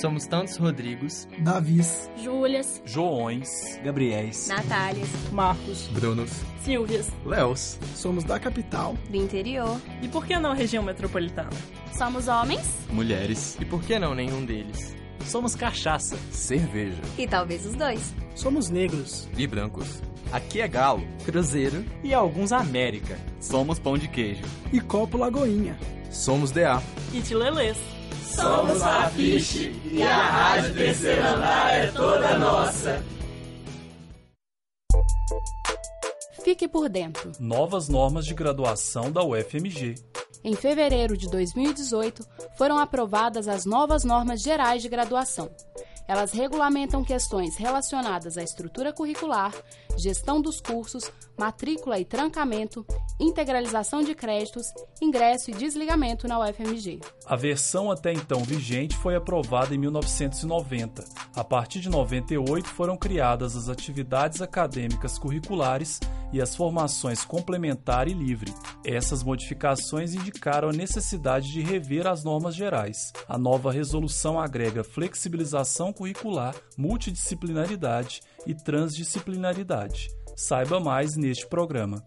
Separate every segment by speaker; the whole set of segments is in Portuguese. Speaker 1: Somos tantos Rodrigos,
Speaker 2: Davis,
Speaker 3: Júlias,
Speaker 4: Joões,
Speaker 5: Gabriéis,
Speaker 3: Natálias,
Speaker 6: Marcos,
Speaker 1: Brunos,
Speaker 6: Silvias
Speaker 1: Léos.
Speaker 2: somos da capital,
Speaker 3: do interior.
Speaker 6: e por que não região metropolitana?
Speaker 3: Somos homens
Speaker 1: mulheres e por que não nenhum deles?
Speaker 4: somos cachaça.
Speaker 5: cerveja.
Speaker 3: e talvez os dois.
Speaker 2: somos negros,
Speaker 1: E brancos.
Speaker 5: Aqui é galo.
Speaker 1: Cruzeiro.
Speaker 4: E alguns América.
Speaker 5: Somos pão de queijo.
Speaker 2: e copo Lagoinha.
Speaker 1: Somos DA.
Speaker 6: E Tilelês.
Speaker 7: Fique por dentro.
Speaker 4: Novas normas de graduação da UFMG.
Speaker 7: Em fevereiro de 2018, foram aprovadas as novas normas gerais de graduação. Elas regulamentam questões relacionadas à estrutura curricular, gestão dos cursos, matrícula e trancamento, integralização de créditos, ingresso e desligamento na UFMG.
Speaker 4: A versão até então vigente foi aprovada em 1990. A partir de 98 foram criadas as atividades acadêmicas curriculares e as formações complementar e livre. Essas modificações indicaram a necessidade de rever as normas gerais. A nova resolução agrega flexibilização curricular, multidisciplinaridade e transdisciplinaridade. Saiba mais neste programa.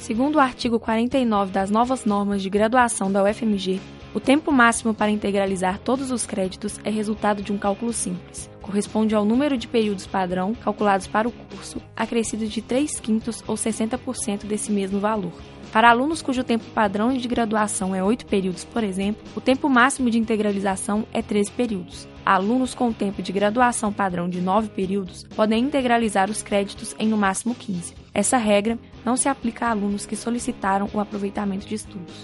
Speaker 8: Segundo o artigo 49 das novas normas de graduação da UFMG, o tempo máximo para integralizar todos os créditos é resultado de um cálculo simples. Corresponde ao número de períodos padrão calculados para o curso, acrescido de 3 quintos ou 60% desse mesmo valor. Para alunos cujo tempo padrão de graduação é 8 períodos, por exemplo, o tempo máximo de integralização é 13 períodos. Alunos com tempo de graduação padrão de 9 períodos podem integralizar os créditos em no máximo 15. Essa regra não se aplica a alunos que solicitaram o aproveitamento de estudos.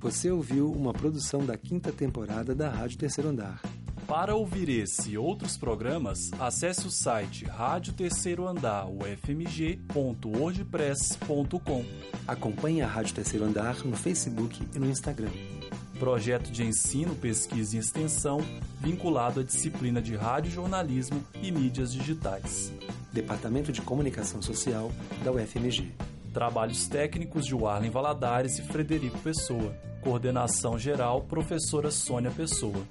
Speaker 9: Você ouviu uma produção da quinta temporada da Rádio Terceiro Andar.
Speaker 4: Para ouvir esse e outros programas, acesse o site rádio terceiro andar ufmg.wordpress.com.
Speaker 9: Acompanhe a Rádio Terceiro Andar no Facebook e no Instagram.
Speaker 4: Projeto de ensino, pesquisa e extensão vinculado à disciplina de rádio jornalismo e mídias digitais.
Speaker 9: Departamento de Comunicação Social da UFMG.
Speaker 4: Trabalhos técnicos de Warlen Valadares e Frederico Pessoa. Coordenação geral, professora Sônia Pessoa.